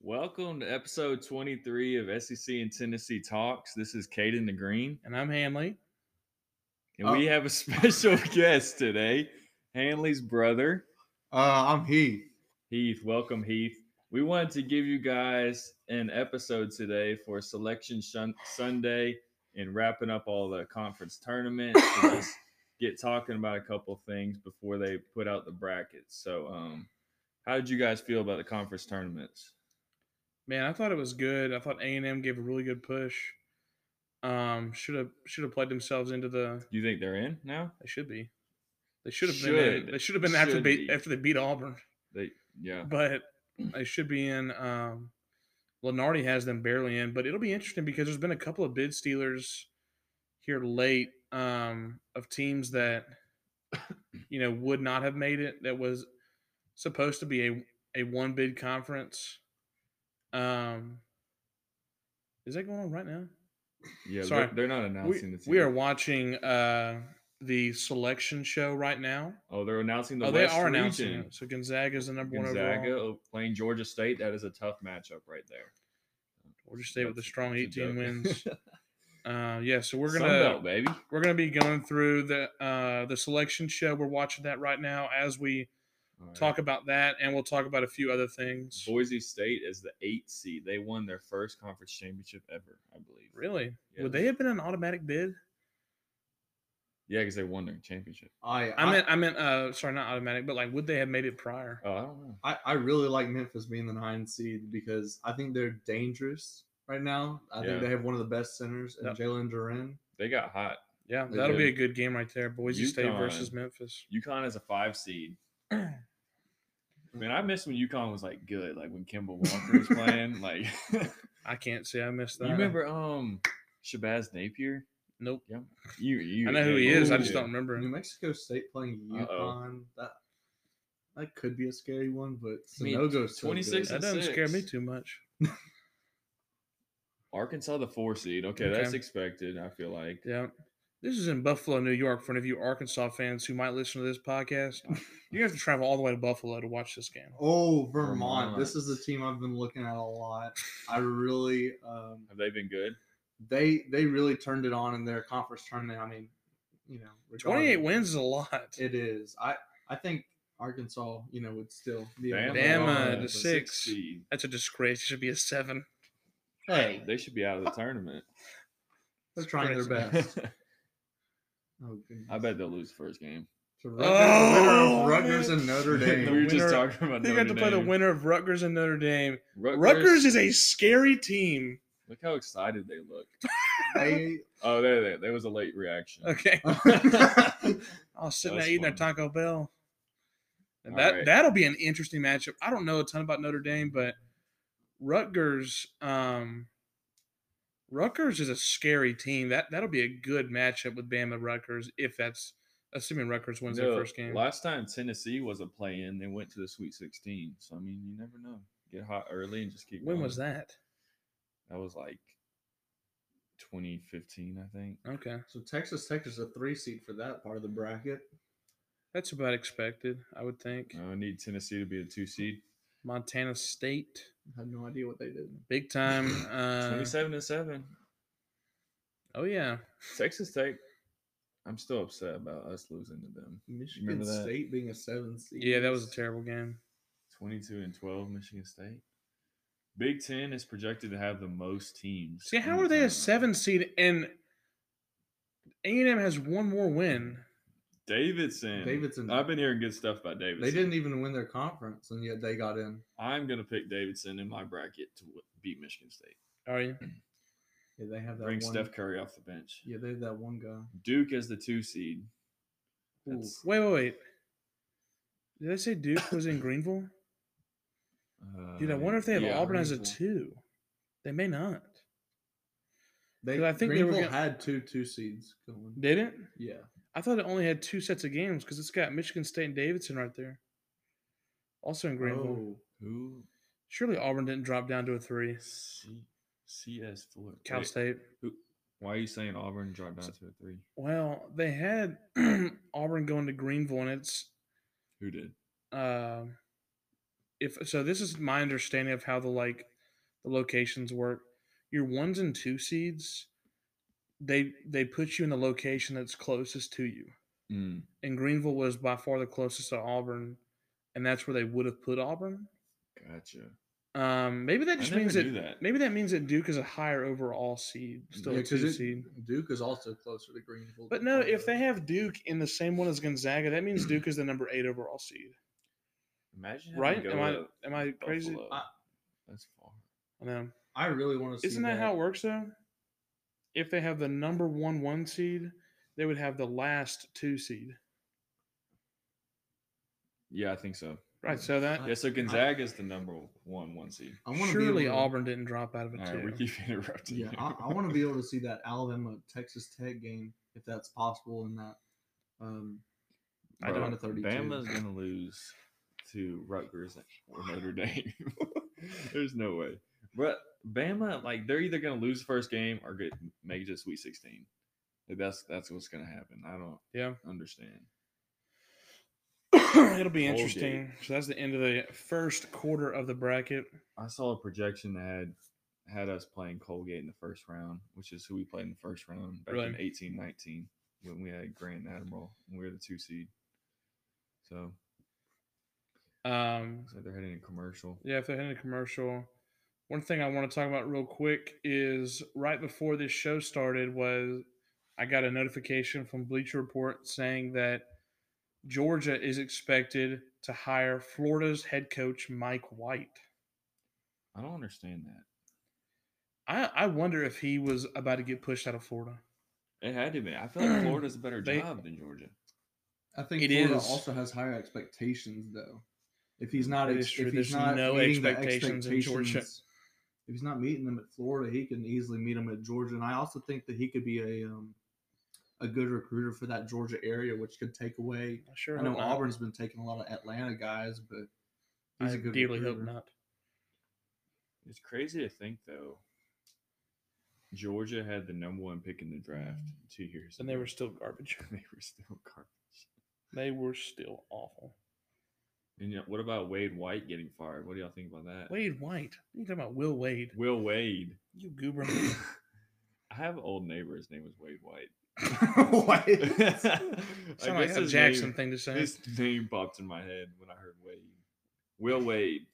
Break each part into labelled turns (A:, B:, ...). A: Welcome to episode 23 of SEC and Tennessee Talks. This is Caden the Green,
B: And I'm Hanley.
A: and we
C: Oh.
A: have a special guest today, Hanley's brother,
C: Uh, I'm Heath.
A: Heath. Welcome, Heath. We wanted to give you guys an episode today for Selection Shun- Sunday and wrapping up all the conference tournaments. and just get talking about a couple things before they put out the brackets. So, um, how did you guys feel about the conference tournaments?
B: Man, I thought it was good. I thought A and M gave a really good push. Um, should have should have played themselves into the.
A: Do you think they're in now?
B: They should be. They should have been. In,
A: Should.
B: they should have been after
A: Should
B: beat
A: be.
B: after they beat Auburn,
A: They, yeah.
B: but they should be in. Um, Lenardi has them barely in, but it'll be interesting because there's been a couple of bid stealers here late um, of teams that you know would not have made it. That was supposed to be a a one bid conference. Um, is that going on right now?
A: Yeah, they're-
B: Sorry.
A: They're, not announcing
B: We,
A: the team.
B: we are watching uh, the selection show right now.
A: Oh, they're announcing the
B: oh, they
A: West
B: are
A: region.
B: announcing it. So Gonzaga is the number one
A: Gonzaga
B: overall.
A: oh, playing Georgia State. That is a tough matchup right there.
B: We'll just stay with a
A: That's-
B: strong
A: that's a
B: 18
A: joke.
B: wins. Uh, yeah, so we're
A: Sun
B: gonna
A: Belt, baby.
B: we're gonna be going through the uh, the selection show. We're watching that right now as we
A: All right.
B: talk about that, and we'll talk about a few other things.
A: Boise State is the eight seed. They won their first conference championship ever, I believe.
B: Really?
A: Yeah,
B: Would
A: they-
B: they have been an automatic bid?
A: Yeah, because they won their championship.
C: I
B: I
C: I,
B: meant, I meant, uh, sorry, not automatic, but like, would they have made it prior?
A: Oh, I don't know.
C: I, I really like Memphis being the nine seed because I think they're dangerous right now. I
A: Yeah.
C: think they have one of the best centers, and
B: Yep.
C: Jalen Duran.
A: They got hot.
B: Yeah,
C: They
B: that'll be a
A: did.
B: good game right there. Boise State versus
A: UConn.
B: Memphis.
A: UConn is a five seed. Man, I miss when UConn was like good, like when Kimball Walker was playing. Like, you
B: I can't say I missed that.
A: remember um Shabazz Napier?
B: Nope.
A: You, you Oh,
B: I know who he is. I just
A: Ooh.
B: don't remember
C: New
B: him.
C: Mexico State playing
A: Uh-oh.
C: UConn. That that could be a scary one, but it's
A: I mean,
C: no go.
A: 26
B: That doesn't scare me
A: Six.
B: too much.
A: Arkansas, the four seed. Okay, that's
B: Okay.
A: expected. I feel like.
B: Yeah. This is in Buffalo, New York, for any of you Arkansas fans who might listen to this podcast. You have to travel all the way to Buffalo to watch this game.
C: Oh, Vermont.
A: Vermont.
C: This is the team I've been looking at a lot. I really um,
A: Have they been good?
C: they they really turned it on in their conference tournament. I mean, you know, regardless-
B: 28 wins is a lot.
C: It is. I I think Arkansas, you know, would still be able to
B: Bama
C: hold on,
B: to
C: but-
B: six.
A: uh, seed.
B: That's a disgrace. It should be a seven.
C: Hey,
A: They should be out of the tournament.
C: they're trying their
B: crazy.
C: best. Oh, goodness.
A: I bet they'll lose the first game.
C: To Rutgers,
B: Oh,
C: Rutgers
B: man.
C: and
A: we
C: Notre Dame.
A: were just
B: winner-
A: talking about.
B: They
A: Notre
B: got to play the
A: Dame.
B: winner of Rutgers and Notre Dame.
A: Rutgers,
B: Rutgers is a scary team.
A: Look how excited they look.
C: They-
A: Oh, there, there, there was a late reaction.
B: Okay.
C: I
B: I was
A: That
B: sitting there
A: was
B: eating their
A: fun.
B: Taco Bell. And
A: All
B: that
A: right.
B: that'll be an interesting matchup. I don't know a ton about Notre Dame, but Rutgers, um, Rutgers is a scary team. That that'll be a good matchup with Bama Rutgers if that's assuming Rutgers wins their
A: No,
B: first game.
A: Last time Tennessee was a play in, they went to the Sweet 16. So I mean, you never know. Get hot early and just keep.
B: When
A: going.
B: was that?
A: That was like 2015, I think.
B: Okay,
C: so Texas Tech is a three seed for that part of the bracket.
B: that's about expected, I would think.
A: I need Tennessee to be a two seed.
B: Montana State,
C: I have no idea what they did.
B: big time. Uh,
A: 27 to seven.
B: oh yeah,
A: Texas Tech. I'm still upset about us losing to them.
C: Michigan
A: that?
C: State being a seven seed.
B: yeah, that was a
C: is-
B: terrible game.
A: 22 and 12, Michigan State. Big Ten is projected to have the most teams.
B: See,
A: in
B: how
A: the
B: are they a
A: tournament.
B: seven seed and A and M has one more win?
A: Davidson.
C: Davidson.
A: I've been hearing good stuff about Davidson.
C: They didn't even win their conference, and yet they got in.
A: I'm gonna pick Davidson in my bracket to w- beat Michigan State.
B: Are you?
C: Yeah, they have that
A: Bring
C: one.
A: Steph Curry off the bench.
C: Yeah, they have that one guy.
A: Duke as the two seed.
C: Ooh.
A: That's-
B: Wait, wait, wait. Did I say Duke was in Greenville? Dude, I
A: uh,
B: wonder if they have
A: yeah.
B: Auburn as a
C: Greenville.
B: two. They may not.
C: They,
B: 'Cause I
C: I
B: think
C: think
B: they were
C: Greenville
B: gonna-
C: had two two seeds going.
B: Did it?
C: Yeah,
B: I thought it only had two sets of games because it's got Michigan State and Davidson right there. Also in Greenville.
C: Oh,
A: Who?
B: Surely Auburn didn't drop down to a three.
A: C- CS four.
B: Cal
A: Wait,
B: State.
A: Why are you saying Auburn dropped down to a three?
B: Well, they had Auburn going to Greenville, and it's
A: Who did?
B: um, uh, if so. This is my understanding of how the like the locations work. Your ones and two seeds, they they put you in the location that's closest to you.
A: Mm.
B: And Greenville was by far the closest to Auburn, and that's where they would have put Auburn.
A: Gotcha.
B: Um, maybe that
A: I
B: just
A: never
B: means
A: knew
B: that,
A: that.
B: maybe that means that Duke is a higher overall seed, still
A: Yeah, Oh,
B: a
C: 'cause
B: two
C: it-
B: seed.
C: Duke is also closer to Greenville.
B: But
C: than
B: no,
C: Florida.
B: if they have Duke in the same one as Gonzaga, that means Duke is the number eight overall seed,
A: Imagine having
B: right?
A: to go
B: Am I
A: to
B: am I crazy?
A: Buffalo.
C: I-
A: That's far.
B: I know.
C: I really want to see.
B: Isn't that how it works though? If they have the number one one seed, they would have the last two seed,
A: Yeah, I think so.
B: right? So that
A: Yeah, so Gonzaga is the number one one seed.
C: I wanna be
B: surely
C: able to-
B: Auburn didn't drop out of it
A: All
B: too.
A: right, we keep interrupting.
C: Yeah,
A: you.
C: I, I want to be able to see that Alabama Texas Tech game if that's possible in that. Um,
B: I
A: Bro,
C: round
B: don't.
C: of 32.
A: Bama's gonna lose to Rutgers or Notre Dame. There's no way. But Bama, like they're either gonna lose the first game or get make it to Sweet 16. Like, that's that's what's gonna happen. I don't
B: Yeah.
A: understand.
B: It'll
A: Colgate.
B: be interesting. So that's the end of the first quarter of the bracket.
A: I saw a projection that had had us playing Colgate in the first round, which is who we played in the first round back in
B: Really?
A: eighteen nineteen when we had Grand Admiral and we were the two seed. So
B: Um,
A: looks like they're heading a commercial.
B: Yeah, if they're hitting a commercial. One thing I want to talk about real quick is right before this show started was I got a notification from Bleacher Report saying that Georgia is expected to hire Florida's head coach Mike White.
A: I don't understand that.
B: I, I wonder if he was about to get pushed out of Florida.
A: It had to be. I feel like Florida's a better
B: They-
A: job than Georgia.
C: I think
B: It
C: Florida
B: is.
C: also has higher expectations though. If he's not,
B: That
C: ex-
B: is true.
C: if
B: There's
C: he's not
B: no
C: meeting the
B: expectations in Georgia.
C: expectations- If he's not meeting them at Florida, he can easily meet them at Georgia. And I also think that he could be a um, a good recruiter for that Georgia area, which could take away.
B: I sure
C: I
B: hope
C: know
B: not.
C: Auburn's been taking a lot of Atlanta guys, but
B: I
C: he's a good
B: dearly hope
C: recruiter.
B: not.
A: It's crazy to think though. Georgia had the number one pick in the draft two years,
B: And they
A: ago.
B: were still garbage.
A: they were still garbage.
B: They were still awful.
A: And you know, what about Wade White getting fired? What do y'all think about that?
B: Wade White. You talking about Will Wade?
A: Will Wade.
B: You goober.
A: I have an old neighbor. His name was Wade White.
C: What?
A: I
B: Sound like
A: guess
B: a
A: his
B: Jackson
A: name-
B: thing to say.
A: His name popped in my head when I heard Wade. Will Wade.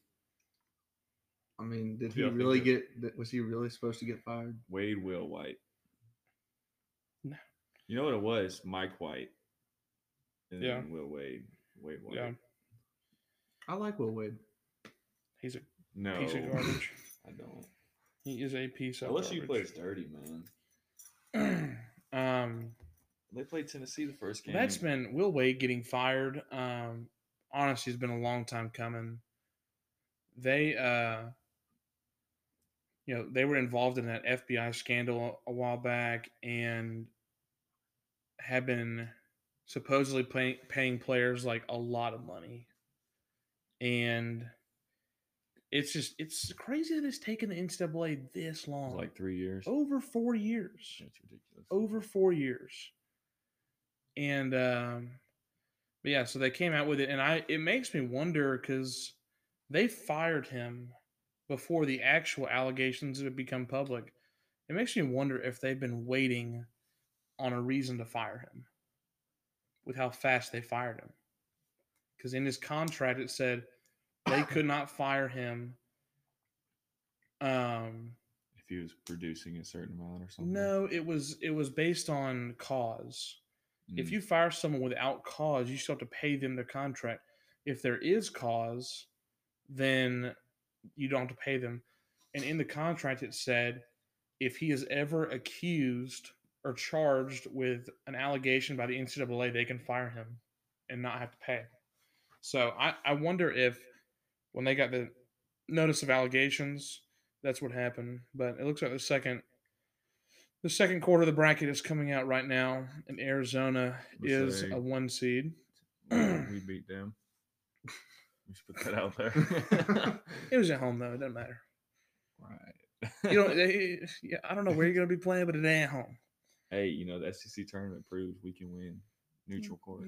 C: I mean, did he
A: Yeah, I think
C: really
A: that-
C: get? that- Was he really supposed to get fired?
A: Wade Will White.
B: No.
A: You know what it was? Mike White. And
B: Yeah.
A: then Will Wade. Wade White.
B: yeah,
C: I like Will Wade.
B: he's a
A: No.
B: piece of garbage.
A: I don't.
B: He is a piece of
A: LSU plays
B: garbage.
A: dirty, man.
B: um,
A: They played Tennessee the first game.
B: that's been Will Wade getting fired. Um, honestly, it's been a long time coming. They, uh, you know, they were involved in that FBI scandal a while back and have been supposedly paying paying players like a lot of money, and it's just it's crazy that it's taken the NCAA this
A: It
B: long,
A: was like three years.
B: over four years
A: That's ridiculous.
B: Oh, over four years. And um, but yeah, so they came out with it, and I it makes me wonder because they fired him before the actual allegations had become public. It makes me wonder if they've been waiting on a reason to fire him with how fast they fired him. Because in his contract it said they could not fire him. Um,
A: If he was producing a certain amount or something.
B: no, it was it was based on cause. If
A: Mm.
B: you fire someone without cause, you still have to pay them their contract. If there is cause, then you don't have to pay them. And in the contract, it said if he is ever accused or charged with an allegation by the NCAA, they can fire him and not have to pay. So I, I wonder if when they got the notice of allegations, that's what happened. But it looks like the second the second quarter of the bracket is coming out right now, and Arizona is
A: Missouri.
B: a one seed.
A: we beat them. We should put that out there.
B: It was at home though; it doesn't matter.
A: right.
B: You don't. They, yeah, I don't know where you're gonna be playing, but it ain't at home.
A: hey, you know the SEC tournament proves we can win neutral court.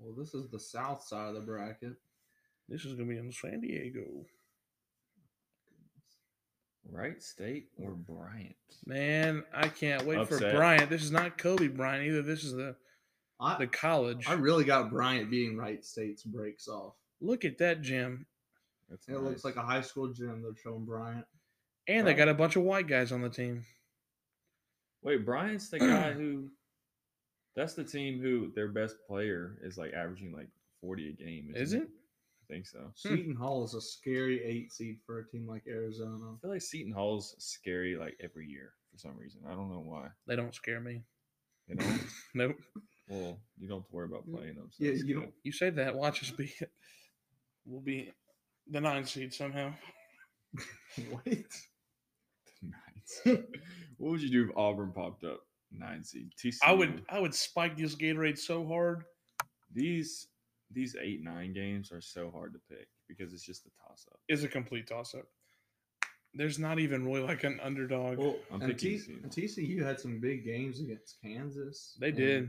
C: Well, this is the south side of the bracket.
B: This is gonna be in San Diego.
A: Wright State or Bryant?
B: Man, I can't wait
A: Upset.
B: for Bryant. This is not Kobe Bryant either. This is the the
C: I,
B: college.
C: I really got Bryant being Wright State's breaks off.
B: Look at that gym,
A: That's
C: It looks
A: nice.
C: like a high school gym. They're showing Bryant.
B: and they
A: Wow.
B: got a bunch of white guys on the team.
A: Wait, Bryant's the guy who. That's the team who their best player is like averaging like forty a game. isn't
B: Is it?
A: I think so.
B: Hmm.
C: Seton Hall is a scary eight seed for a team like Arizona.
A: I feel like Seton Hall's scary like every year for some reason. I don't know why.
B: They don't scare me.
A: You know,
B: Nope.
A: well, you don't have to worry about
C: Mm.
A: playing them. So
C: Yeah,
A: that's
C: you
A: good.
C: don't-
B: You say that, watch us be. We'll be the nine seed somehow.
C: Wait,
A: Nice. what would you do if Auburn popped up nine seed? TCU.
B: I would. I would spike this Gatorade so hard.
A: These these eight nine games are so hard to pick because it's just a toss up.
B: It's a complete toss up. There's not even really like an underdog.
A: Well, I'm
C: and
A: picking
C: T-
A: Seton
C: and
A: Hall.
C: TCU had some big games against Kansas.
B: They
C: and
B: did.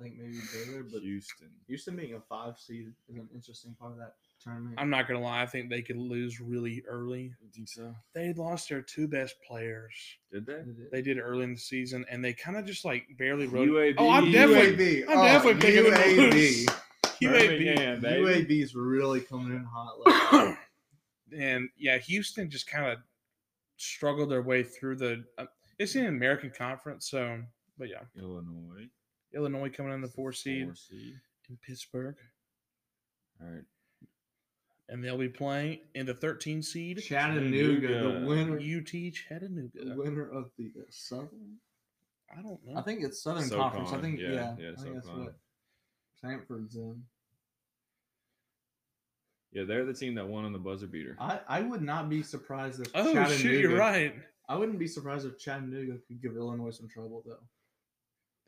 C: I think maybe Baylor, but
A: Houston.
C: Houston being a five seed is an interesting part of that tournament.
B: I'm not gonna lie. I think they could lose really early.
A: You think so?
B: They lost their two best players.
A: Did they?
C: It-
B: They did early in the season, and they kind of just like barely rode.
A: UAB.
B: Oh, I'm definitely-
C: UAB.
B: I'm definitely picking them to lose. UAB.
A: Birmingham, baby.
C: UAB's really coming in hot. lately.
B: and yeah, Houston just kind of struggled their way through the. Uh, it's in the American Conference, so but yeah,
A: Illinois.
B: Illinois coming in the four seed,
A: Four seed.
B: in Pittsburgh,
A: All right.
B: and they'll be playing in the 13 seed
C: Chattanooga, the
A: Chattanooga.
C: winner,
B: UT
C: the
B: Chattanooga.
C: winner of the uh, Southern.
B: I don't know.
C: I think it's Southern
A: SoCon,
C: Conference. I think
A: yeah,
C: yeah,
A: yeah,
C: I think that's
A: SoCon.
C: what Sanford's in.
A: Yeah, they're the team that won on the buzzer beater.
C: I, I would not be surprised if
B: oh
C: Chattanooga.
B: shoot, you're right.
C: I wouldn't be surprised if Chattanooga could give Illinois some trouble though.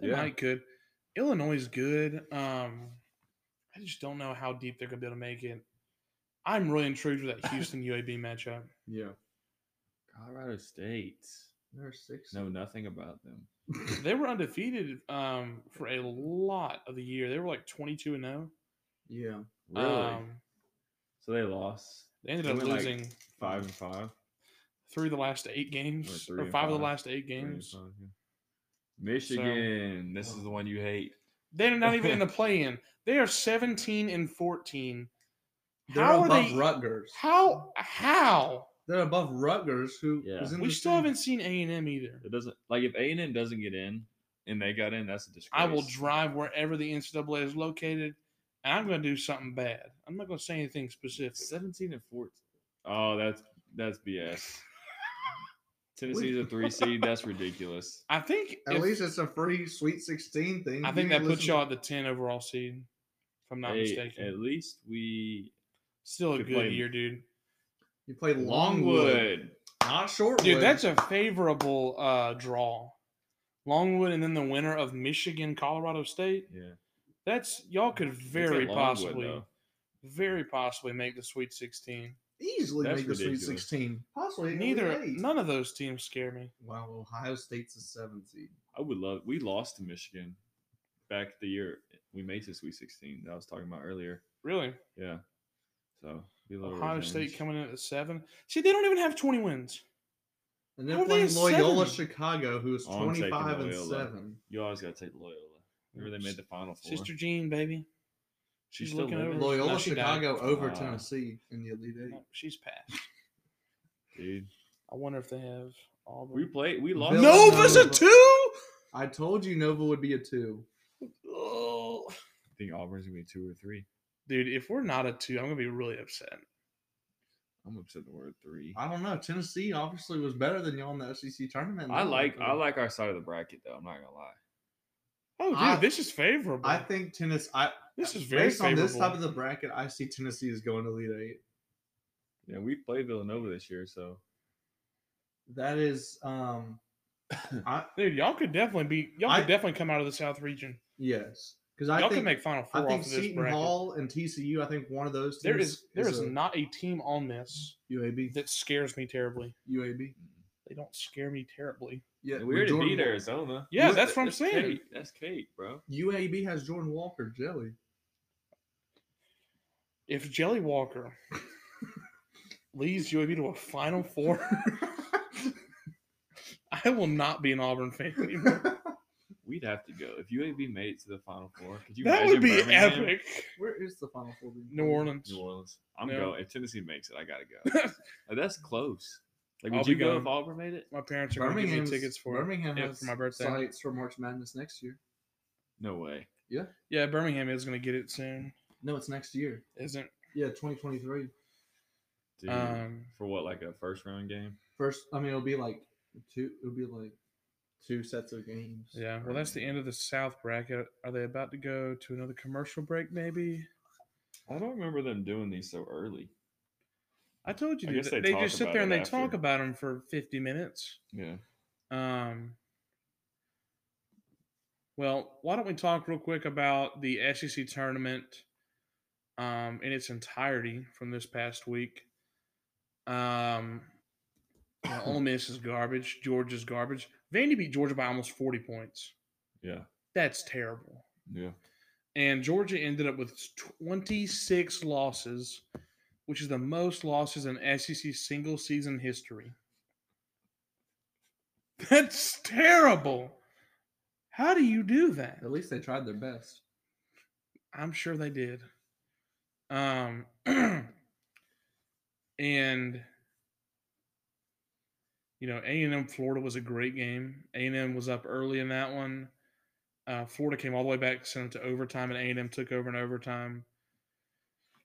B: They
A: Yeah.
B: might could. Illinois is good. Um, I just don't know how deep they're gonna be able to make it. I'm really intrigued with that Houston UAB matchup.
C: Yeah,
A: Colorado State.
C: they're six.
A: Know nothing about them.
B: They were undefeated um, for a lot of the year. They were like 22 and 0.
C: Yeah,
A: Really?
B: Um,
A: so they lost
B: they ended
A: They
B: up
A: went, like,
B: losing
A: five and five.
B: three of the last eight games,
A: three
B: or,
A: and
B: five of the
A: five.
B: last eight
A: three and
B: games.
A: five, yeah. Michigan. This is the one you hate.
B: They're not even in the play-in. They are 17 and 14.
C: they're
B: How are
C: above
B: they-
C: Rutgers.
B: How? How?
C: They're above Rutgers, who
A: Yeah.
C: is in
B: We
C: the
B: still
C: same-
B: haven't seen A and M either.
A: It doesn't like if A and M doesn't get in and they got in, that's a disgrace.
B: I will drive wherever the NCAA is located, and I'm going to do something bad. I'm not going to say anything specific.
A: seventeen and fourteen. Oh, that's that's BS. Tennessee's a three seed. That's ridiculous.
B: I think
C: At
B: if-
C: least it's a free Sweet 16 thing.
B: I
C: You
B: think that
C: can
B: puts
C: listen-
B: y'all at the 10 overall seed, if I'm not
A: Hey,
B: mistaken.
A: at least we
B: Still a
A: could
B: good
A: play-
B: year, dude.
C: You play Longwood,
A: Longwood.
C: not Shortwood.
B: Dude, that's a favorable uh, draw. Longwood and then the winner of Michigan, Colorado State.
A: Yeah, Looks
B: That's y'all could
A: like
B: very
A: Longwood,
B: possibly,
A: though.
B: very possibly make the Sweet 16.
C: easily
A: that's
C: make the Sweet
A: ridiculous.
C: 16. Possibly
B: Neither,
C: Elite Eight.
B: none of those teams scare me.
C: Wow, Ohio State's a seven seed.
A: I would love. We lost to Michigan back the year we made to Sweet Sixteen that I was talking about earlier.
B: Really,
A: Yeah, so be a little
B: Ohio State
A: revenge.
B: coming in at the seven. See, they don't even have 20 wins.
C: And they're
B: How are they
C: playing
B: a
C: Loyola
B: seven?
C: Chicago, who is
A: Oh, I'm taking
C: 25 and
A: Loyola.
C: 7.
A: You always gotta take Loyola. Remember they made the final four.
B: Sister Jean, baby.
A: She's
B: She's
A: still
B: looking
A: living?
B: over.
C: Loyola
B: No, she died.
C: Chicago over
A: Ah.
C: Tennessee in the Elite Eight.
B: No, she's passed.
A: Dude,
B: I wonder if they have all
A: we
B: the.
A: played. We lost.
C: Nope, Nova's
B: Nova's
C: a
B: a two.
C: I told you Nova would be a two.
B: Oh.
A: I think Auburn's gonna be two or three.
B: Dude, if we're not a two, I'm gonna be really upset.
A: I'm upset the word three.
C: I don't know. Tennessee obviously was better than y'all in the SEC tournament.
A: I
C: They were
A: like
C: three.
A: I like our side of the bracket though. I'm not gonna lie.
B: Oh, dude,
C: I-
B: this is favorable.
C: I think Tennessee. I,
B: this is very
C: based on
B: favorable.
C: this type of the bracket, I see Tennessee is going to Elite Eight.
A: Yeah, we played Villanova this year, so
C: That is, um, I
B: dude, y'all could definitely be. Y'all could
C: I-
B: definitely come out of the South region.
C: yes, because I
B: y'all
C: think
B: can make Final
C: I
B: Four
C: think
B: off of this
C: Seton
B: bracket.
C: Hall and TCU. I think one of those. Teams
B: there is there is
C: a
B: not a team on this
C: UAB.
B: that scares me terribly.
C: UAB.
B: They don't scare me terribly.
C: Yeah,
A: we already
C: Jordan
A: beat
C: Wal-
A: Arizona.
B: Yeah,
C: What-
B: that's what I'm saying.
A: Cake. That's cake, bro.
C: UAB has Jordan Walker jelly.
B: If Jelly Walker leads UAB to a Final Four, I will not be an Auburn fan anymore.
A: We'd have to go if UAB made it to the Final Four. Could you
B: that
A: imagine
B: would be
A: Birmingham?
B: epic.
C: Where is the final four? being
B: New
C: played?
B: Orleans.
A: New Orleans. I'm
B: No.
A: going. If Tennessee makes it, I gotta go. Like, that's close. Like, would
B: I'll
A: you
B: be
A: go
B: going.
A: if Auburn made it?
B: my parents are going to give me
C: Birmingham's-
B: tickets for it.
C: Birmingham
B: yeah,
C: has
B: for my birthday.
C: sites for March Madness next year.
A: No way.
B: Yeah, Birmingham is going to get it soon.
C: No, it's next year.
B: Isn't
C: Yeah, 2023.
A: Dude.
B: um
A: for what, like a first round game?
C: First, I mean, it'll be like two. It'll be like two sets of games.
B: yeah. Well, that's the end of the South bracket. Are they about to go to another commercial break? Maybe.
A: I don't remember them doing these so early.
B: I told you
A: I
B: dude,
A: guess
B: that-
A: they
B: they,
A: talk
B: just sit
A: about
B: there and
A: it
B: they talk
A: after.
B: about them for fifty minutes.
A: Yeah.
B: Um. Well, why don't we talk real quick about the SEC tournament um, in its entirety from this past week? Um, well, Ole Miss is garbage. Georgia's garbage. Vandy beat Georgia by almost forty points.
A: Yeah.
B: That's terrible.
A: Yeah.
B: And Georgia ended up with 26 losses, which is the most losses in SEC single season history. That's terrible. How do you do that?
C: At least they tried their best.
B: I'm sure they did. Um, and you know, A and M Florida was a great game. A and M was up early in that one. Uh, Florida came all the way back, sent them to overtime, and A and M took over in overtime.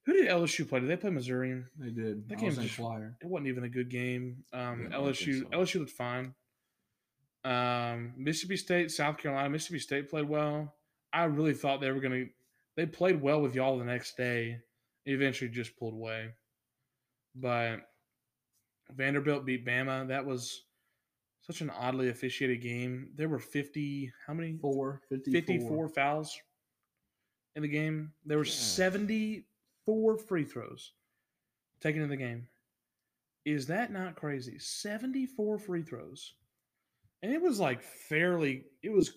B: Who did LSU play? Did they play Missouri?
C: They did.
B: That
C: I was
B: game's
C: in
B: just-
C: flyer.
B: It wasn't even a good game. Um,
A: Yeah, I don't think so.
B: LSU LSU looked fine. Um, Mississippi State, South Carolina, Mississippi State played well. I really thought they were going to. They played well with y'all the next day. Eventually, just pulled away. But Vanderbilt beat Bama. That was such an oddly officiated game. There were fifty. How many?
C: Four, 54.
B: 54 fouls in the game. There were
A: Yeah.
B: 74 free throws taken in the game. Is that not crazy? 74 free throws. And it was like fairly, it was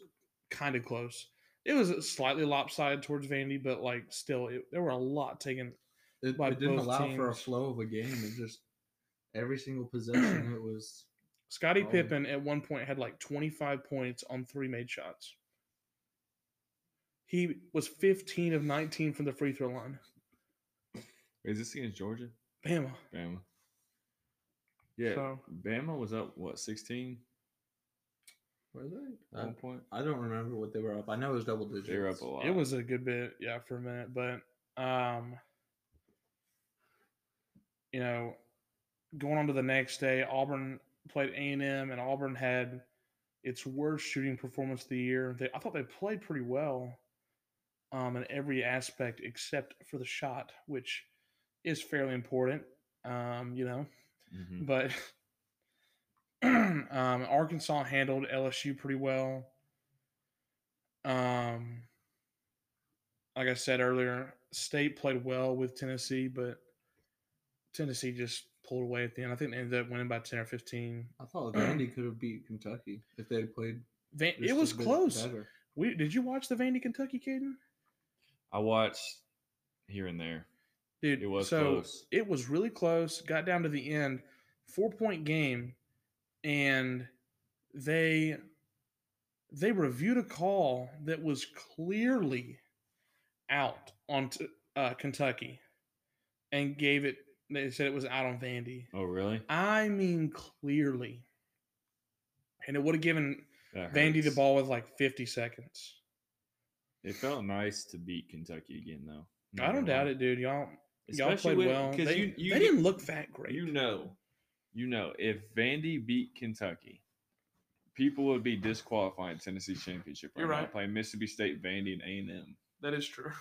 B: kind of close. It was slightly lopsided towards Vandy, but like still, it, there were a lot taken.
C: It,
B: by
C: it didn't
B: both
C: allow for a
B: teams.
C: flow of a game. It just every single possession. it was
B: Scottie
C: Oh.
B: Pippen at one point had like 25 points on three made shots. He was 15 of 19 from the free throw line.
A: Is this against Georgia?
B: Bama.
A: Bama. Yeah.
B: So-
A: Bama was up what 16
C: were they?
A: at
C: I,
A: one point.
C: I don't remember what they were up. I know it was double digits.
A: They were up a lot.
B: It was a good bit, yeah, for a minute. But um, you know, going on to the next day, Auburn played A and M, and Auburn had its worst shooting performance of the year. They, I thought they played pretty well, um, in every aspect except for the shot, which is fairly important. Um, you know,
C: Mm.
A: Mhm.
B: but um, Arkansas handled LSU pretty well. Um, like I said earlier, State played well with Tennessee, but Tennessee just pulled away at the end. I think they ended up winning by ten or fifteen.
C: I thought Vandy could have beat Kentucky if they had played.
B: Van-
C: just
B: it
C: a
B: was
C: bit
B: close.
C: better.
B: We did you watch the Vandy Kentucky Caden?
A: I watched here and there.
B: Dude,
A: It was
B: so
A: close.
B: it was really close. Got down to the end, four point game, and they they reviewed a call that was clearly out on t- uh, Kentucky, and gave it. They said it was out on Vandy.
A: Oh, really?
B: I mean, clearly, and it would have given
A: That
B: Vandy the
A: hurts.
B: ball with like fifty seconds.
A: It felt nice to beat Kentucky again, though.
B: I don't doubt it, dude. Y'all, y'all played well.
A: because
B: They,
A: you, you
B: they didn't look that great.
A: You know, you know, if Vandy beat Kentucky, people would be disqualifying Tennessee championship.
B: You're
A: now,
B: right.
A: Playing Mississippi State, Vandy, and A and M.
B: that is true.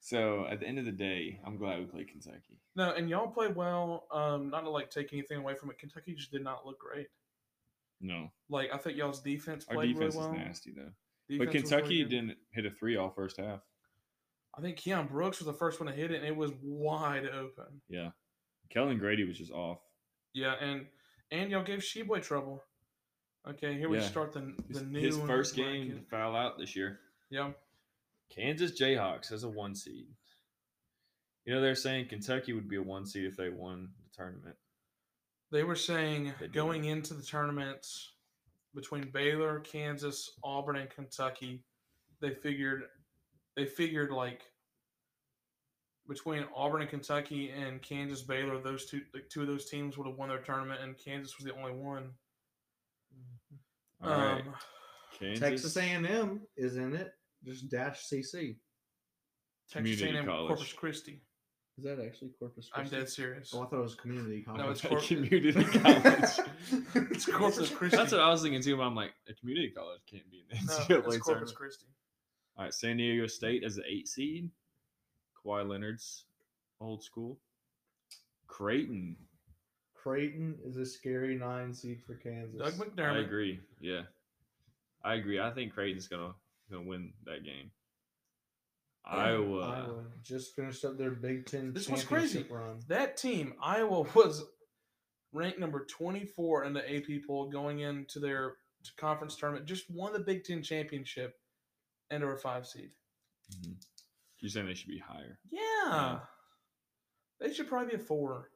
A: So at the end of the day, I'm glad we played Kentucky.
B: No, and y'all played well. Um, not to like take anything away from it. Kentucky just did not look great.
A: No,
B: Like I think y'all's defense
A: our
B: played
A: defense
B: really well.
A: is nasty though. but
B: Defense was really
A: Kentucky
B: good.
A: didn't hit a three all first half.
B: I think Keon Brooks was the first one to hit it, and it was wide open.
A: Yeah, Kellen Grady was just off.
B: Yeah, and and y'all gave Sheboy trouble. Okay, here we
A: Yeah.
B: start the the
A: His-
B: new
A: his first
B: bracket.
A: game to foul out this year.
B: Yeah,
A: Kansas Jayhawks as a one seed. You know they're saying Kentucky would be a one seed if they won the tournament.
B: they were saying
A: They did.
B: going into the tournament between Baylor, Kansas, Auburn, and Kentucky. They figured they figured like between Auburn and Kentucky and Kansas, Baylor, those two like two of those teams would have won their tournament, and Kansas was the only one.
A: All right.
B: Um,
A: Kansas
C: Texas A&M is in it. Just dash CC.
B: Texas
A: Community
B: A&M,
A: college.
B: Corpus Christi.
C: Is that actually Corpus?
B: I'm
C: Christi?
B: dead serious.
C: Oh, I thought it was community college.
B: it's Cor-
A: community college.
B: It's Corpus Christi.
A: That's what I was thinking too. But I'm like, a community college can't be in the
B: No,
A: NCAA
B: it's
A: tournament.
B: Corpus Christi.
A: All right, San Diego State as the eight seed. Kawhi Leonard's old school. Creighton.
C: Creighton is a scary nine seed for Kansas.
B: Doug
A: I
B: McDermott.
A: agree. Yeah, I agree. I think Creighton's gonna gonna win that game. Iowa.
C: Iowa just finished up their Big Ten
B: This was
C: championship run.
B: That team, Iowa, was ranked number 24 in the AP poll going into their conference tournament. Just won the Big Ten championship and are a five seed.
A: Mhm. You're saying they should be higher.
B: Yeah. They should probably be a four.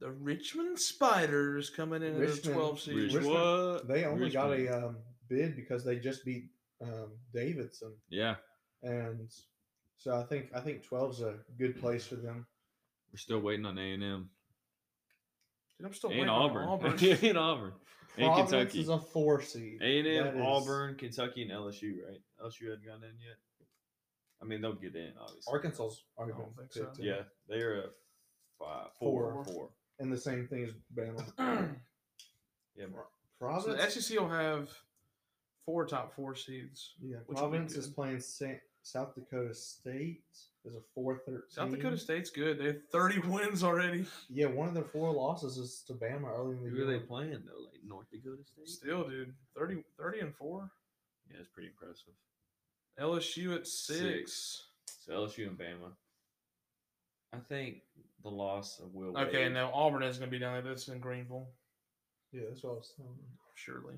B: The Richmond Spiders coming in as a
C: Richmond.
B: 12 seed.
A: Rich-
C: Richmond-
A: what?
C: They only got
A: Richmond.
C: a um, bid because they just beat um, Davidson,
A: Yeah,
C: and so I think I think 12's a good place for them.
A: we're still waiting on A and M
B: Dude, I'm still
A: and
B: waiting on
A: Auburn.
B: Auburn.
A: and Auburn. And
C: Providence
A: Kentucky.
C: is a four seed.
A: A and
C: That
A: M,
C: is-
A: Auburn, Kentucky, and LSU. Right? LSU hadn't gotten in yet. I mean, they'll get in obviously.
C: Arkansas's already
B: I
C: been
B: don't think
C: picked
B: so.
C: in.
A: Yeah, they are a five, four,
C: Four.
A: four.
C: and the same thing as Bama.
B: so
A: Yeah, but
B: the
C: Providence,
B: SEC will have four top four seeds.
C: yeah,
B: be
C: Providence is
B: good.
C: playing Sa- South Dakota State is a four thirteen.
B: South Dakota State's good. They have 30 wins already.
C: Yeah, one of their four losses is to Bama early in the
A: who are
C: year.
A: they playing though? Like North Dakota State.
B: Still, dude, 30, 30 and four.
A: Yeah, it's pretty impressive.
B: LSU at six.
A: Six. So LSU and Bama. I think the loss of Will.
B: Okay,
A: Wade-
B: now Auburn is going to be down there. That's in Greenville,
C: Yeah, that's what I was telling them.
B: surely.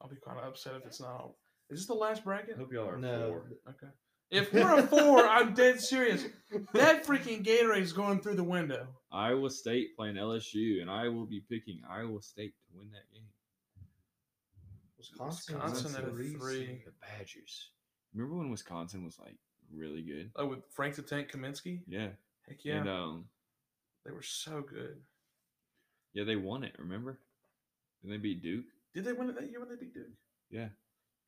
B: I'll be kind of upset if it's not. Au- Is this the last bracket?
A: I hope y'all are
C: No.
A: four.
B: Okay. If we're a four, I'm dead serious. That freaking Gatorade's going through the window.
A: Iowa State playing LSU, and I will be picking Iowa State to win that game.
C: Wisconsin,
B: Wisconsin
C: is
B: at a
C: three
B: three.
C: seed.
A: The Badgers. Remember when Wisconsin was like really good?
B: Oh, with Frank the Tank Kaminsky?
A: Yeah.
B: Heck yeah.
A: And um,
B: they were so good.
A: yeah, they won it. Remember? Then they beat Duke
B: Did they win it that year when they beat Duke?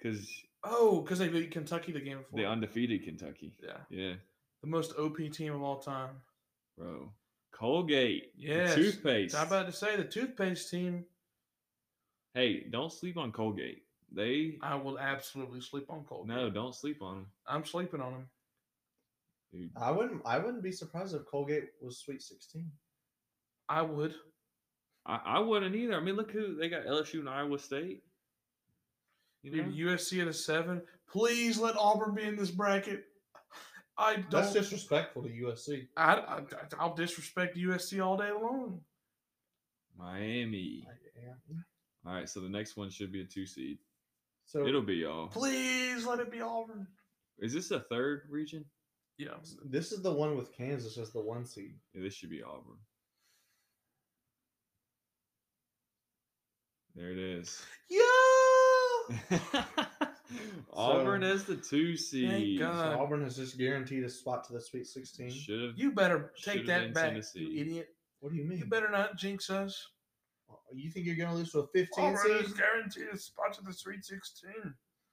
A: because
B: Oh, because they beat Kentucky the game before.
A: they undefeated Kentucky.
B: yeah.
A: Yeah,
B: The most OP team of all time.
A: bro. Colgate. the
B: Yes.
A: Toothpaste.
B: I'm about to say the toothpaste team.
A: Hey, don't sleep on Colgate. They
B: I will absolutely sleep on Colgate.
A: no, don't sleep on them.
B: I'm sleeping on him.
A: Dude,
C: I wouldn't. I wouldn't be surprised if Colgate was Sweet Sixteen.
B: I would.
A: I, I wouldn't either. I mean, look who they got LSU and Iowa State. You know,
B: Dude, USC at a seven. Please let Auburn be in this bracket. I don't.
C: That's disrespectful to USC.
B: I, I, I'll disrespect USC all day long.
A: Miami.
C: Yeah.
A: All right, so the next one should be a two seed.
C: So
A: It'll be y'all.
B: Please let it be Auburn.
A: Is this a third region?
B: Yeah.
C: this is the one with Kansas as the one seed.
A: Yeah, this should be Auburn. There it is.
B: Yeah.
A: Auburn as the two seed.
C: So
B: God.
C: Auburn has just guaranteed a spot to the Sweet Sixteen.
A: Should have.
B: You better take
A: Should've been
B: that back,
A: Tennessee.
B: you idiot.
C: What do you mean?
B: You better not jinx us.
C: You think you're going to lose to a 15
B: Auburn is
C: seed?
B: guaranteed a spot to the Sweet 16.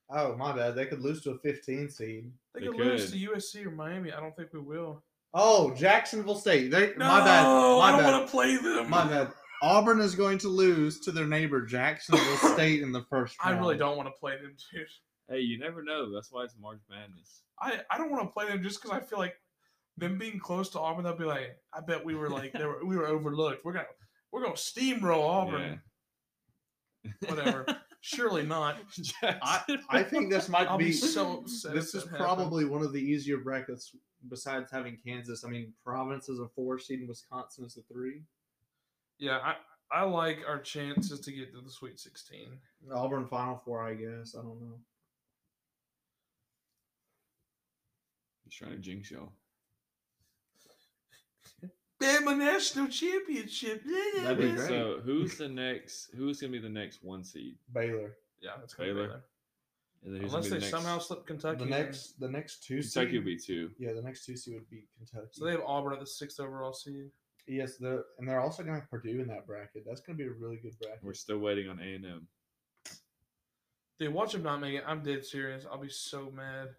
C: Oh, my bad. They could lose to a 15 seed.
B: They,
A: They
B: could lose
A: could.
B: to USC or Miami. I don't think we will.
C: Oh, Jacksonville State. They, my bad.
B: No,
C: My
B: I don't
C: bad.
B: want to play them.
C: My bad. Auburn is going to lose to their neighbor Jacksonville State in the first
B: I
C: round.
B: really don't want to play them, dude.
A: Hey, you never know. That's why it's March Madness.
B: I, I don't want to play them just because I feel like them being close to Auburn, they'll be like, I bet we were like they were, we were overlooked. We're gonna we're gonna steamroll Auburn. Whatever. Surely not.
C: I think this might
B: I'll
C: be.
B: be so upset.
C: this is
B: if that happens.
C: probably one of the easier brackets besides having Kansas. I mean, Providence is a four seed and Wisconsin is a three.
B: yeah. I I like our chances to get to the Sweet Sixteen.
C: Auburn Final Four, I guess. I don't know.
A: He's trying to jinx y'all.
B: damn a national championship.
D: That'd be great.
A: So who's the next? Who's gonna be the next one seed?
C: Baylor.
B: Yeah, that's gonna be
A: Baylor.
B: Baylor.
A: And then who's gonna
B: Unless
A: be
B: they
A: the next-
B: somehow slip Kentucky.
C: The
B: in.
C: next, the next two.
A: Kentucky
C: seed-
A: will be two.
C: Yeah, the next two seed would be Kentucky.
B: So they have Auburn at the sixth overall seed.
C: yes, the and they're also going to have Purdue in that bracket. That's going to be a really good bracket.
A: We're still waiting on A and M.
B: Dude, watch them not make it. I'm dead serious. I'll be so mad.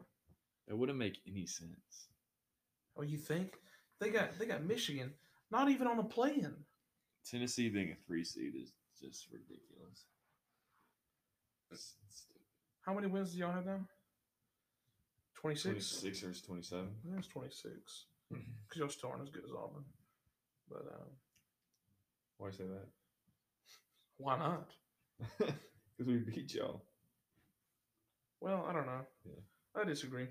A: That wouldn't make any sense.
B: Oh, you think they got they got Michigan not even on a play-in?
A: Tennessee being a three seed is just ridiculous. It's- it's
B: How many wins do y'all have now? Twenty six.
A: Twenty-six or twenty-seven.
B: That's twenty six. Because y'all still aren't as good as Auburn. But um,
A: Why say that?
B: why not?
A: Because we beat y'all.
B: Well, I don't know.
A: Yeah.
B: I disagree.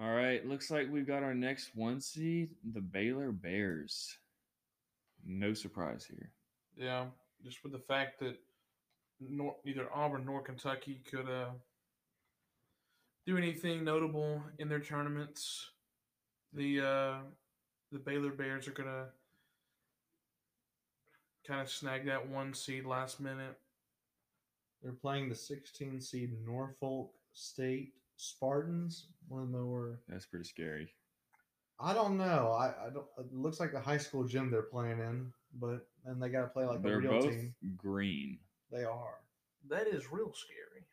A: All right, looks like we've got our next one seed, the Baylor Bears. No surprise here.
B: Yeah, just with the fact that nor, neither Auburn nor Kentucky could uh, do anything notable in their tournaments, the uh, the Baylor Bears are gonna kind of snag that one seed last minute.
C: They're playing the 16 seed Norfolk State Spartans. One of the more
A: That's pretty scary.
C: I don't know. I, I don't. It looks like the high school gym they're playing in, but and they got to play like a
A: They're
C: real
A: both
C: team.
A: green.
C: They are.
B: That is real scary.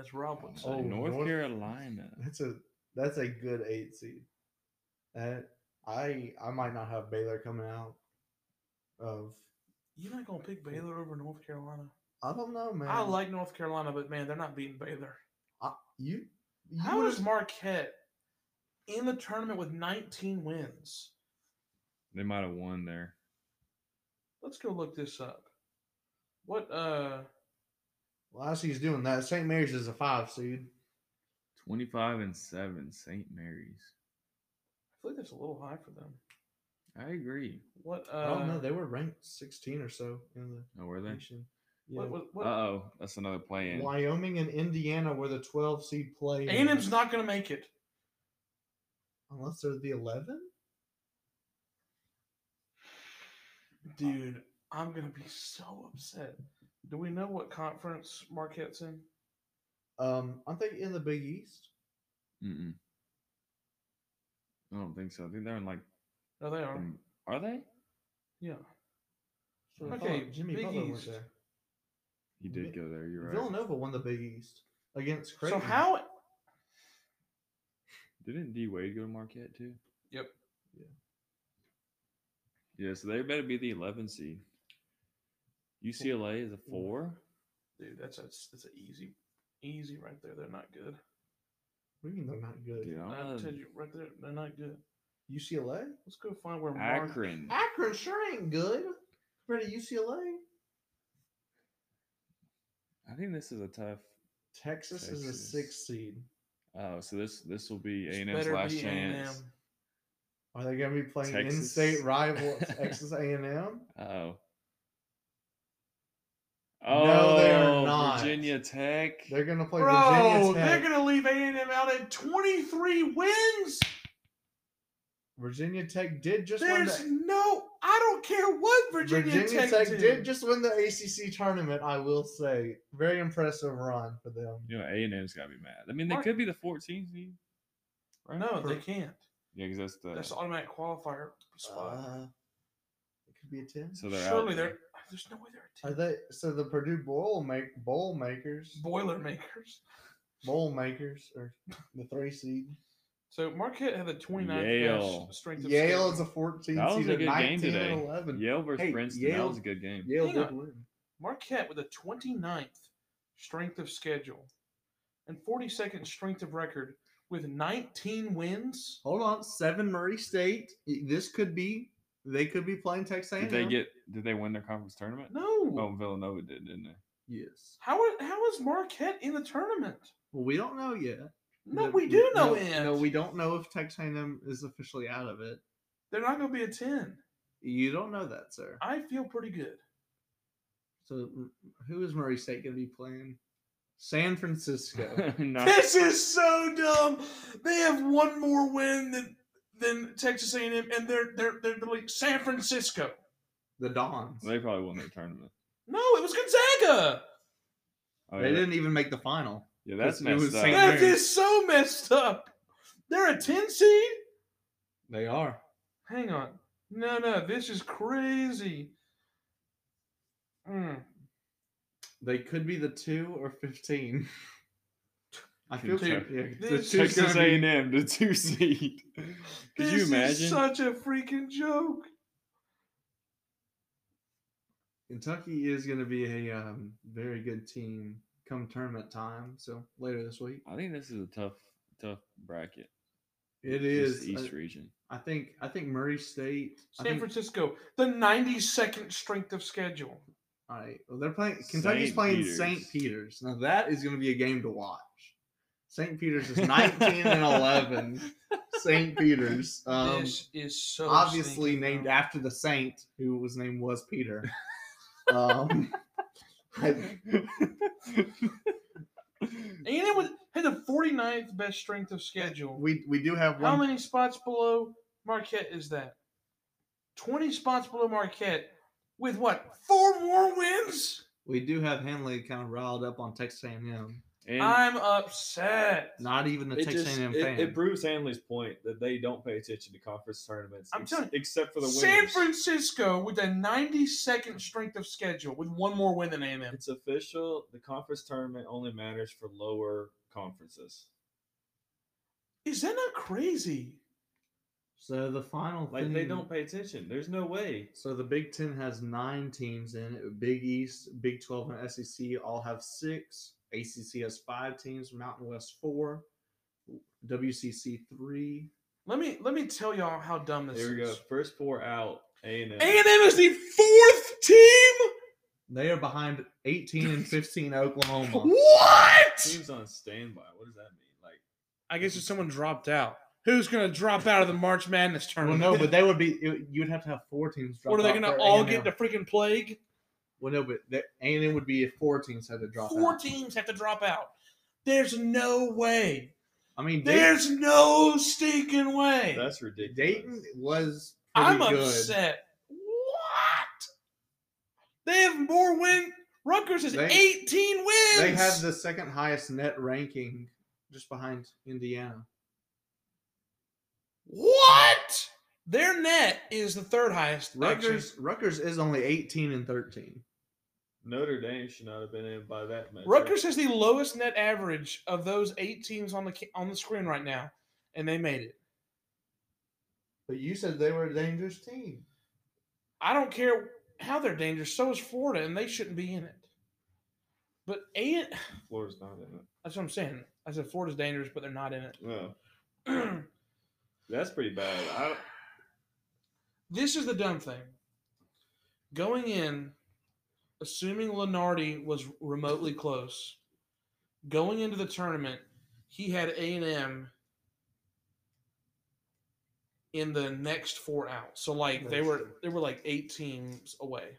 B: As Rob would say,
A: Oh,
C: Oh,
A: North,
C: North-
A: Carolina.
C: That's a that's a good eight seed. That I I might not have Baylor coming out of.
B: you're not gonna pick Baylor over North Carolina.
C: I don't know, man.
B: I like North Carolina, but man, they're not beating Baylor.
C: you. you
B: How
C: would've-
B: is Marquette in the tournament with 19 wins?
A: They might have won there.
B: Let's go look this up. What uh
C: Well, as he's doing that, St. Mary's is a five seed.
A: 25 and 7, St. Mary's.
B: I feel like that's a little high for them.
A: I agree.
B: What
C: I
B: uh
C: don't know. They were ranked 16 or so in the
A: Oh, were they?
C: nation. Yeah.
B: what,
A: Uh
B: what, what?
A: oh. That's another play in.
C: Wyoming and Indiana were the 12 seed play.
B: A&M's not gonna make it.
C: unless they're the 11.
B: Dude, I'm gonna be so upset. Do we know what conference Marquette's in?
C: Um, aren't they in the Big East?
A: Mm-mm. I don't think so. I think they're in like.
B: No, they are.
C: Mm.
A: um, Are they?
B: Yeah.
C: Sure, I
B: Okay,
C: thought Jimmy
B: Big
C: Butler
B: East.
C: went there.
A: He did
C: Vi-
A: go there. You're right.
C: Villanova won the Big East against Creighton.
B: So how
A: Didn't D Wade go to Marquette too?
B: Yep.
C: Yeah.
A: Yeah, so they better be the 11 seed. UCLA is a four.
B: dude, that's a that's an easy easy right there. They're not good.
C: What do you mean they're not good?
A: Dude,
B: I
A: I'm
B: tell
A: gonna-
B: you right there, they're not good.
C: UCLA?
B: Let's go find where Mark
A: Akron.
C: Akron sure ain't good compared to UCLA.
A: I think this is a tough.
C: Texas, is a
A: Texas.
C: six seed.
A: Oh, so this this will be
B: It's
A: A and M's
B: better
A: last
B: be
A: chance.
B: A&M.
C: Are they going to be playing
A: Texas.
C: in-state rival Texas A&M?
A: Oh.
C: No, they are
A: Oh,
C: not.
A: Virginia Tech.
C: They're going to play
B: Bro,
C: Virginia
B: they're
C: Tech.
B: gonna leave A&M out at 23 wins.
C: Virginia Tech did just win
B: There's
C: the
B: no, I don't care what Virginia, Tech,
C: did. just win the ACC tournament. I will say, very impressive run for them.
A: You know, A and M's gotta be mad. I mean, they
B: Mar-
A: could be the 14 seed. Right?
B: No, they
A: For-
B: can't.
A: yeah, because that's the
B: That's the automatic qualifier spot.
C: Uh, it could be a ten.
A: so they're
B: Surely
A: out
B: they're. There's no way they're
C: Are
B: a team.
C: they so the Purdue bowl make bowl makers
B: Boilermakers.
C: bowl makers or the three seed?
B: So Marquette had a 29th
A: Yale.
B: best strength. Of
C: Yale
B: schedule.
C: is a fourteen
A: That was
C: seed
A: a
C: at
A: good game
C: nineteen
A: today.
C: and eleven.
A: Yale versus
C: Hey,
A: Princeton. That
C: Yale-
A: was a good game.
C: Yale
B: Hang
C: did
B: on.
C: win.
B: Marquette with a 29th strength of schedule and 42nd strength of record with 19 wins.
D: Hold on, seven Murray State. This could be. They could be playing Texas A&M.
A: Did they get? Did they win their conference tournament?
B: No.
A: Oh, Villanova did, didn't they?
D: Yes.
B: How are, how is Marquette in the tournament?
D: Well, we don't know yet.
B: No,
D: The-
B: we do know
D: no,
B: it.
D: No, we don't know if Texas A&M is officially out of it.
B: They're not going to be a ten.
D: You don't know that, sir.
B: I feel pretty good.
D: So, who is Murray State going to be playing?
C: San Francisco.
E: Not-
B: This is so dumb. They have one more win than than Texas A&M, and they're they're they're the league. San Francisco.
C: the Dons.
E: they probably won't make tournament.
B: No, it was Gonzaga.
E: Oh,
C: They
E: yeah,
C: didn't even make the final.
E: yeah, that's
C: it was
E: messed up.
C: Saint-
B: That
C: Mary.
B: is so messed up. They're a ten seed.
C: They are.
B: Hang on. No, no, this is crazy. Mm.
C: They could be the two or fifteen. I feel
E: Kentucky.
C: yeah, the
B: This
C: two's
E: Texas
C: gonna be-
E: A&M, the two seed. Could
B: This
E: you
B: is
E: imagine?
B: such a freaking joke.
C: Kentucky is going to be a um, very good team come tournament time. So later this week,
E: I think this is a tough, tough bracket.
C: it
E: This
C: is.
E: East
C: I,
E: region.
C: I think. I think Murray State. I
B: San
C: think-
B: Francisco, the 92nd strength of schedule.
C: All right. Well, they're playing. Kentucky's
E: Saint
C: playing
E: Peter's.
C: St. Peter's. Now that is going to be a game to watch. St. Peter's is nineteen and eleven. St. Peter's, um,
B: this is so
C: obviously
B: stinking
C: named
B: dumb.
C: after the saint who was named was Peter. Um, I-
B: And it was had the 49th best strength of schedule.
C: we we do have
B: How
C: one.
B: many spots below Marquette is that? 20 spots below Marquette with what? Four more wins?
C: We do have Hanley kind of riled up on Texas A&M.
E: And
B: I'm upset.
C: Not even a
A: It
C: Texas
A: just
C: A&M
A: it,
C: fan.
A: it proves Hanley's point that they don't pay attention to conference tournaments.
B: I'm
A: ex-
B: telling
A: except for the
B: San
A: winners.
B: Francisco with a 92nd strength of schedule with one more win than A&M.
A: it's official. The conference tournament only matters for lower conferences.
B: Is that not crazy?
C: so the final
A: Like
C: thing,
B: Mm.
A: they don't pay attention. There's no way.
C: So the Big Ten has nine teams in it. Big East, Big Twelve, and SEC all have six. ACC has five teams. Mountain West four. WCC three.
B: Let me let me tell y'all how dumb this
A: There we
B: is.
A: go. First four out. A and M.
B: A&M is the fourth team.
C: They are behind eighteen and fifteen Oklahoma.
B: What?
A: Teams on standby. What does that mean? Like
F: I guess if someone dropped out, who's going to drop out of the March Madness
C: well,
F: tournament?
C: no, but they would be. it- you'd have to have four teams. Drop
F: what are they
C: out
F: going to
C: for
F: all
C: A&M.
F: get the freaking plague?
C: Well, no, but A and M would be if four teams had to drop
B: Four
C: out.
B: teams have to drop out. There's no way.
C: I mean, Dayton-
B: There's no stinking way.
A: that's ridiculous.
C: Dayton was.
B: I'm
C: pretty good.
B: upset. What? They have more win. Rutgers has
C: They-
B: 18 wins.
C: They have the second highest net ranking, just behind Indiana.
B: what? Their net is the third highest.
C: Rutgers
B: actually.
C: Rutgers is only eighteen and thirteen.
A: Notre Dame should not have been in by that much.
B: Rutgers has the lowest net average of those eight teams on the ca- on the screen right now, and they made it.
C: But you said they were a dangerous team.
B: I don't care how they're dangerous. So is Florida, and they shouldn't be in it. But and
A: Florida's not in it.
B: that's what I'm saying. I said Florida's dangerous, but they're not in
A: No,
B: it.
A: that's pretty bad. I,
B: this is the dumb thing. Going in, assuming Lenardi was remotely close, going into the tournament, he had A and M in the next four out. So like they were they were like eight teams away.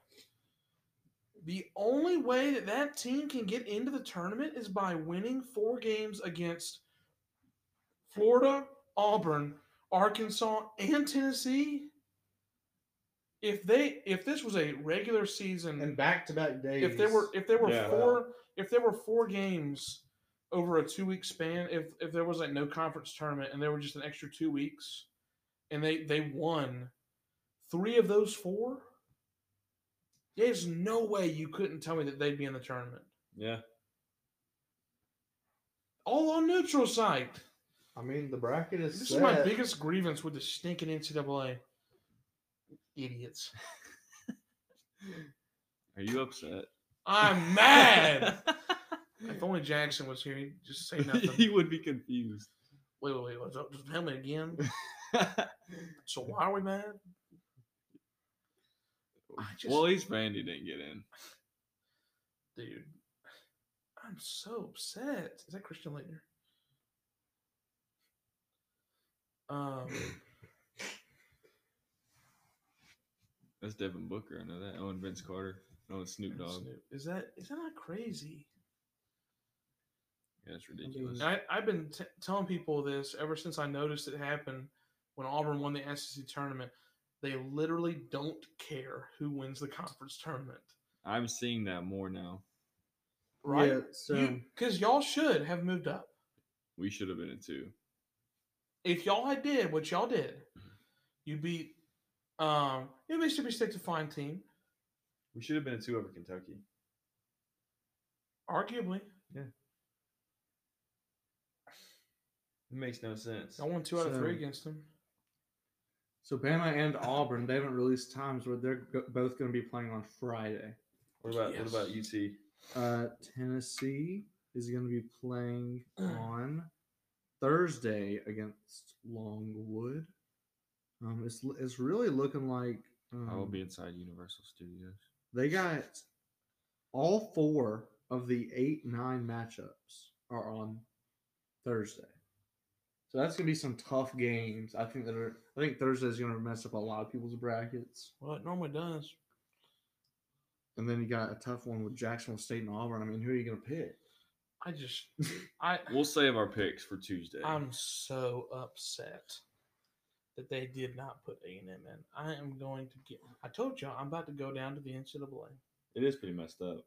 B: The only way that that team can get into the tournament is by winning four games against Florida, Auburn, Arkansas, and Tennessee. If they if this was a regular season
C: And back to back days.
B: if there were if there were
A: Yeah.
B: four if there were four games over a two week span if if there was like no conference tournament and there were just an extra two weeks and they they won three of those four there's no way you couldn't tell me that they'd be in the tournament
A: yeah,
B: all on neutral site
C: I mean, the bracket is.
B: this
C: set.
B: is my biggest grievance with the stinking ncaa idiots
E: Are you upset?
B: i'm mad if only jackson was here he'd just say nothing
E: he would be confused.
B: wait wait wait what's up? just tell me again So why are we mad? I just,
E: well, at least Vandy didn't get in.
B: dude, I'm so upset. Is that Christian Leitner? Um,
E: That's Devin Booker. I know that. Oh, and Vince Carter. Oh, and Snoop Dogg.
B: Snoop- is that is that not crazy?
A: Yeah, it's ridiculous.
B: I, I've been t- telling people this ever since I noticed it happen when Auburn won the SEC tournament. They literally don't care who wins the conference tournament,
A: I'm seeing that more now.
B: right?
C: Yeah, um, so
B: because y'all should have moved up.
A: We should have been in two.
B: If y'all had did what y'all did,
C: Mm-hmm.
B: you beat um you beat Mississippi State's a fine team,
G: We should have been a two over Kentucky.
B: arguably.
G: It makes no sense.
B: I won two out of three
C: So-
B: against them.
C: so Bama and Auburn, they haven't released times where they're go- both going to be playing on Friday.
G: What about
B: Yes.
G: what about UT?
C: Uh, Tennessee is going to be playing on Thursday against Longwood. Um, it's l- it's really looking like um,
A: I will be inside Universal Studios.
C: they got all four of the eight nine matchups are on Thursday. So that's gonna be some tough games. I think that are I think Thursday is gonna mess up a lot of people's brackets.
B: Well, it normally does.
C: And then you got a tough one with Jacksonville State and Auburn. I mean, who are you gonna pick?
B: I just I
A: We'll save our picks for Tuesday.
B: I'm so upset that they did not put A and M in. I am going to get. I told y'all I'm about to go down to the NCAA.
A: It is pretty messed up.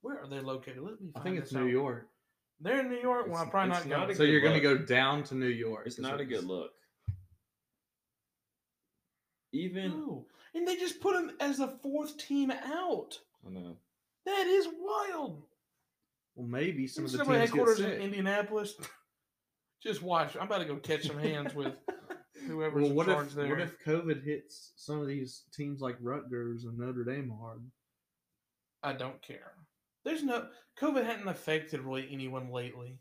B: Where are they located? Let me.
C: I
B: Find
C: think it's
B: this
C: New
B: out.
C: York.
B: They're in New York.
A: It's-
B: Well, I'm probably
A: it's
B: not
A: not
B: going.
A: a
C: So you're gonna go
A: luck.
C: down to New York.
A: It's
C: is
A: not
C: what
A: a good
C: it's-
A: look. Even
B: No, and they just put them as the fourth team out.
A: I know.
B: That is wild.
C: Well, maybe some of the
B: NCAA
C: teams get
B: headquarters in
C: sick.
B: Indianapolis. Just watch. I'm about to go catch some hands with whoever's
C: Well, what
B: in charge
C: if
B: there.
C: what if COVID hits some of these teams like Rutgers and Notre Dame hard?
B: I don't care. There's no COVID hadn't affected really anyone lately.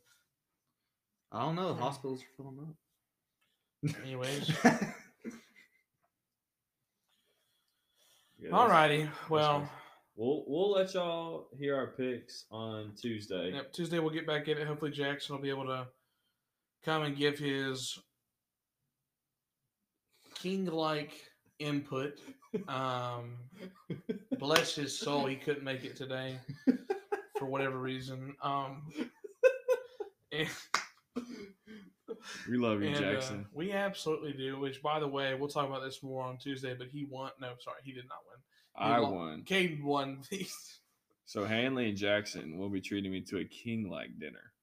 C: I don't know. The
A: Hmm.
B: Yeah.
C: hospitals are filling up.
B: Anyways.
A: Yeah,
B: All
A: that's-
B: righty. Well,
A: We'll we'll let y'all hear our picks on Tuesday.
B: yep, Tuesday we'll get back in it. Hopefully Jackson will be able to come and give his king-like input. Um, bless his soul, he couldn't make it today for whatever reason. Um, and,
A: We love you,
B: and, uh,
A: Jackson.
B: we absolutely do. Which, by the way, we'll talk about this more on Tuesday. But he won. No, sorry, he did not win.
A: I
B: lo-
A: won.
B: Caden won these.
A: So Hanley and Jackson will be treating me to a king like dinner.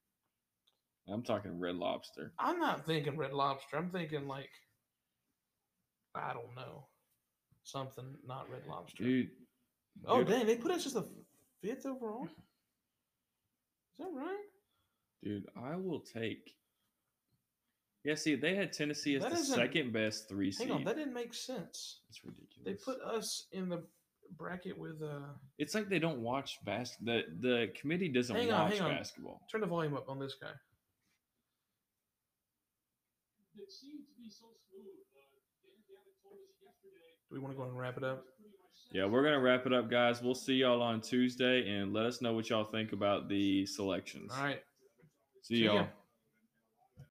A: I'm talking red lobster.
B: I'm not thinking red lobster. I'm thinking like I don't know. Something not red lobster.
A: Dude.
B: oh
A: dude,
B: dang, they put us as the fifth overall? Is that right?
A: dude, I will take Yeah, see, they had Tennessee as
B: That
A: the
B: isn't-
A: second best three seed.
B: Hang on, that didn't make sense.
A: That's ridiculous.
B: They put us in the bracket with uh
A: it's like they don't watch bas the the committee doesn't
B: Hang on,
A: watch
B: hang on.
A: basketball.
B: turn the volume up on this guy. Do we want to go ahead and wrap it up?
A: Yeah, we're gonna wrap it up, guys. We'll see y'all on Tuesday and let us know what y'all think about the selections.
B: All right.
A: See,
B: See ya.
A: y'all.